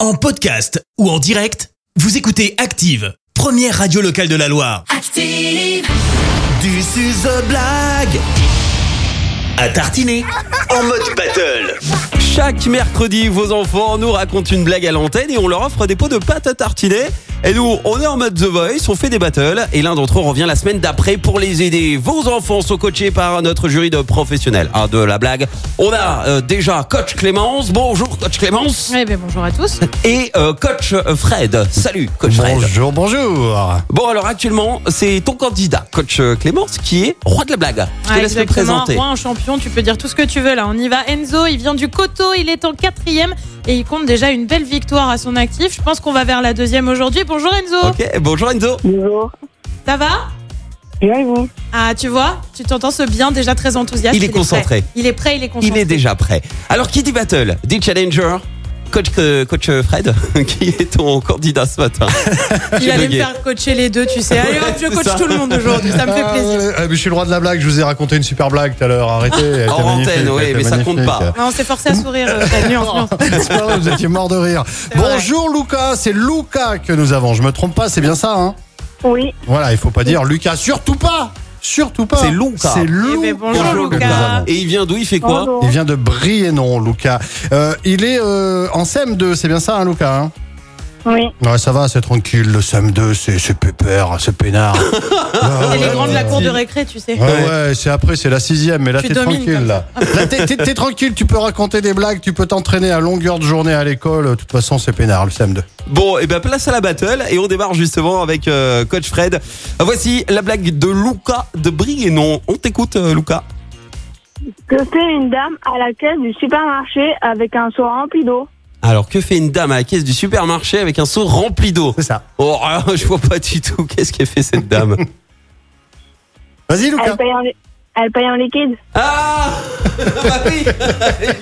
En podcast ou en direct, vous écoutez Active, première radio locale de la Loire. Active, Du suzo blague à tartiner en mode battle. Chaque mercredi, vos enfants nous racontent une blague à l'antenne et on leur offre des pots de pâte à tartiner. Et nous, on est en mode The Voice, on fait des battles et l'un d'entre eux revient la semaine d'après pour les aider. Vos enfants sont coachés par notre jury de professionnels. Ah, de la blague. On a euh, déjà coach Clémence. Bonjour coach Clémence. Eh bien, bonjour à tous. Et euh, coach Fred. Salut coach Fred. Bonjour, bonjour. Bon alors actuellement, c'est ton candidat, coach Clémence, qui est roi de la blague. Je te Ouais, laisse le Ah, exactement, présenter. Roi, un champion, tu peux dire tout ce que tu veux là. On y va. Enzo, il vient du coteau, il est en quatrième et il compte déjà une belle victoire à son actif. Je pense qu'on va vers la deuxième aujourd'hui. Bonjour Enzo, Ok, bonjour Enzo. Bonjour. ça va Bien et vous Ah, tu vois, tu t'entends ce bien déjà très enthousiaste. Il est concentré. prêt. Il est prêt, il est Il concentré. est déjà prêt. Alors, qui dit battle Dit challenger Coach, euh, coach Fred, qui est ton candidat ce matin Il allait me bugué. faire coacher les deux, tu sais. Allez hop, je c'est coach ça. tout le monde aujourd'hui, ça me fait Ah, plaisir. ouais, ah, mais je suis le roi de la blague, je vous ai raconté une super blague tout à l'heure, arrêtez. elle était En magnifique, antenne, oui, elle était mais ça compte magnifique. pas. Ouais, on s'est forcé à sourire. euh, la nuance, non. C'est pas vrai, vous étiez mort de rire. vrai. Bonjour Lucas, c'est Lucas que nous avons. Je me trompe pas, c'est bien ça, hein Oui, Voilà, il faut pas dire Lucas, surtout pas Surtout pas C'est Lucas. C'est Eh ben, Lucas. bonjour, que nous Lucas. avons. Et il vient d'où Il fait quoi bonjour. Il vient de Briennon, Lucas. Euh, il est euh, en SEM2, c'est bien ça, hein, Lucas hein Oui, Ouais, ça va, c'est tranquille. Le SEM2, c'est c'est pépère, c'est peinard. C'est les grands de la cour de récré récré, tu sais. Ouais, Bah ouais, c'est après, c'est la sixième, mais là, Tu t'es domines tranquille, comme là. Là, t'es- t'es t'es tranquille, tu peux raconter des blagues, tu peux t'entraîner à longueur de journée à l'école. De toute façon, c'est peinard, le SEM2. Bon, et ben place à la battle et on démarre justement avec euh, coach Fred. Voici la blague de Luca de Briennon. On t'écoute, euh, Luca. que fait une dame à la caisse du supermarché avec un seau rempli d'eau Alors, que fait une dame à la caisse du supermarché avec un seau rempli d'eau C'est ça. Oh, ah, je vois pas du tout. Qu'est-ce qu'elle fait cette dame Vas-y, Elle Lucas. paye en, li- elle paye en liquide Ah Bah oui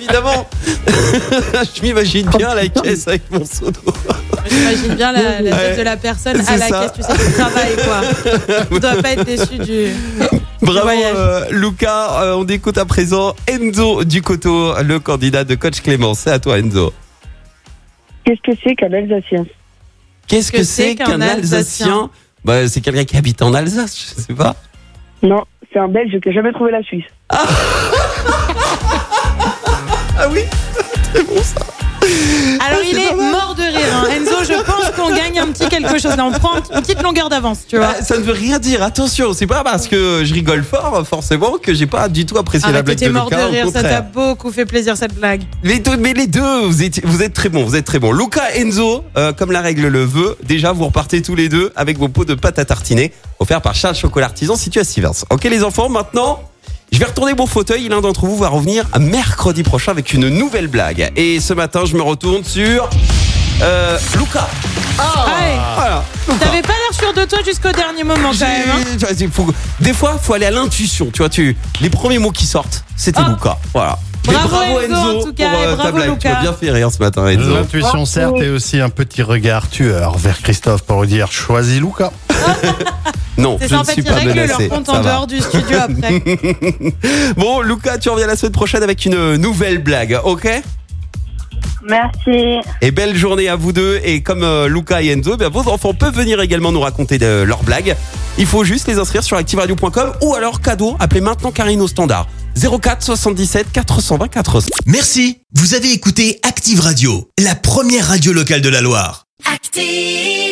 Évidemment Je m'imagine bien la caisse avec mon seau d'eau. J'imagine bien la, la Ouais. tête de la personne à C'est la ça. caisse, tu sais, qui travaille quoi. Tu dois pas être déçu du. Bravo Voyage. euh, Lucas, Euh, on écoute à présent Enzo Ducoto, le candidat de coach Clément. C'est à toi Enzo. Qu'est-ce que c'est qu'un Alsacien Qu'est-ce que c'est qu'un Alsacien bah, C'est quelqu'un qui habite en Alsace, je sais pas. Non, c'est un Belge qui n'a jamais trouvé la Suisse. Ah oui Alors Ah, il c'est est pas mal. mort de rire. hein. Enzo, je pense qu'on gagne un petit quelque chose. Là, on prend une petite longueur d'avance, tu vois. Ah, Ça ne veut rien dire, attention, c'est pas parce que je rigole fort forcément que j'ai pas du tout apprécié la Arrête, blague t'es de mort de Lucas, au rire, ça t'a contraire. beaucoup fait plaisir cette blague. Les deux, mais les deux, vous êtes, vous êtes très bons, vous êtes très bons. Luca, Enzo, euh, comme la règle le veut, déjà vous repartez tous les deux avec vos pots de pâte à tartiner offerts par Charles Chocolat Artisan situé à Sivers. Ok les enfants, maintenant, je vais retourner mon fauteuil. L'un d'entre vous va revenir mercredi prochain avec une nouvelle blague. Et ce matin, je me retourne sur euh, Luca. Oh. Allez, Voilà. Luca. Ah t'avais pas l'air sûr de toi jusqu'au dernier moment quand J'ai- même. hein. tu vois, il faut- des fois, faut aller à l'intuition. Tu vois, tu les premiers mots qui sortent, c'était Hop. Luca. Voilà. Mais Ah. Bravo, Enzo, en tout cas, pour, et ta bravo, blague. Tu m'as Luca. bien fait rire hein, ce matin, Eh ben, Enzo. L'intuition, certes, et aussi un petit regard tueur vers Christophe pour lui dire choisis Lucas. Non, je C'est ça, en ne fait, suis ils pas règlent leur menacé. compte Ça en va. dehors du studio après. Bon, Lucas, tu reviens la semaine prochaine avec une euh, nouvelle blague, ok Merci. Et belle journée à vous deux. Et comme euh, Lucas et Enzo, eh bien, vos enfants peuvent venir également nous raconter de- leurs blagues. Il faut juste les inscrire sur activeradio.com ou alors cadeau, appelez maintenant Karine au standard 04 77 420 400. Merci, vous avez écouté Active Radio, la première radio locale de la Loire. active.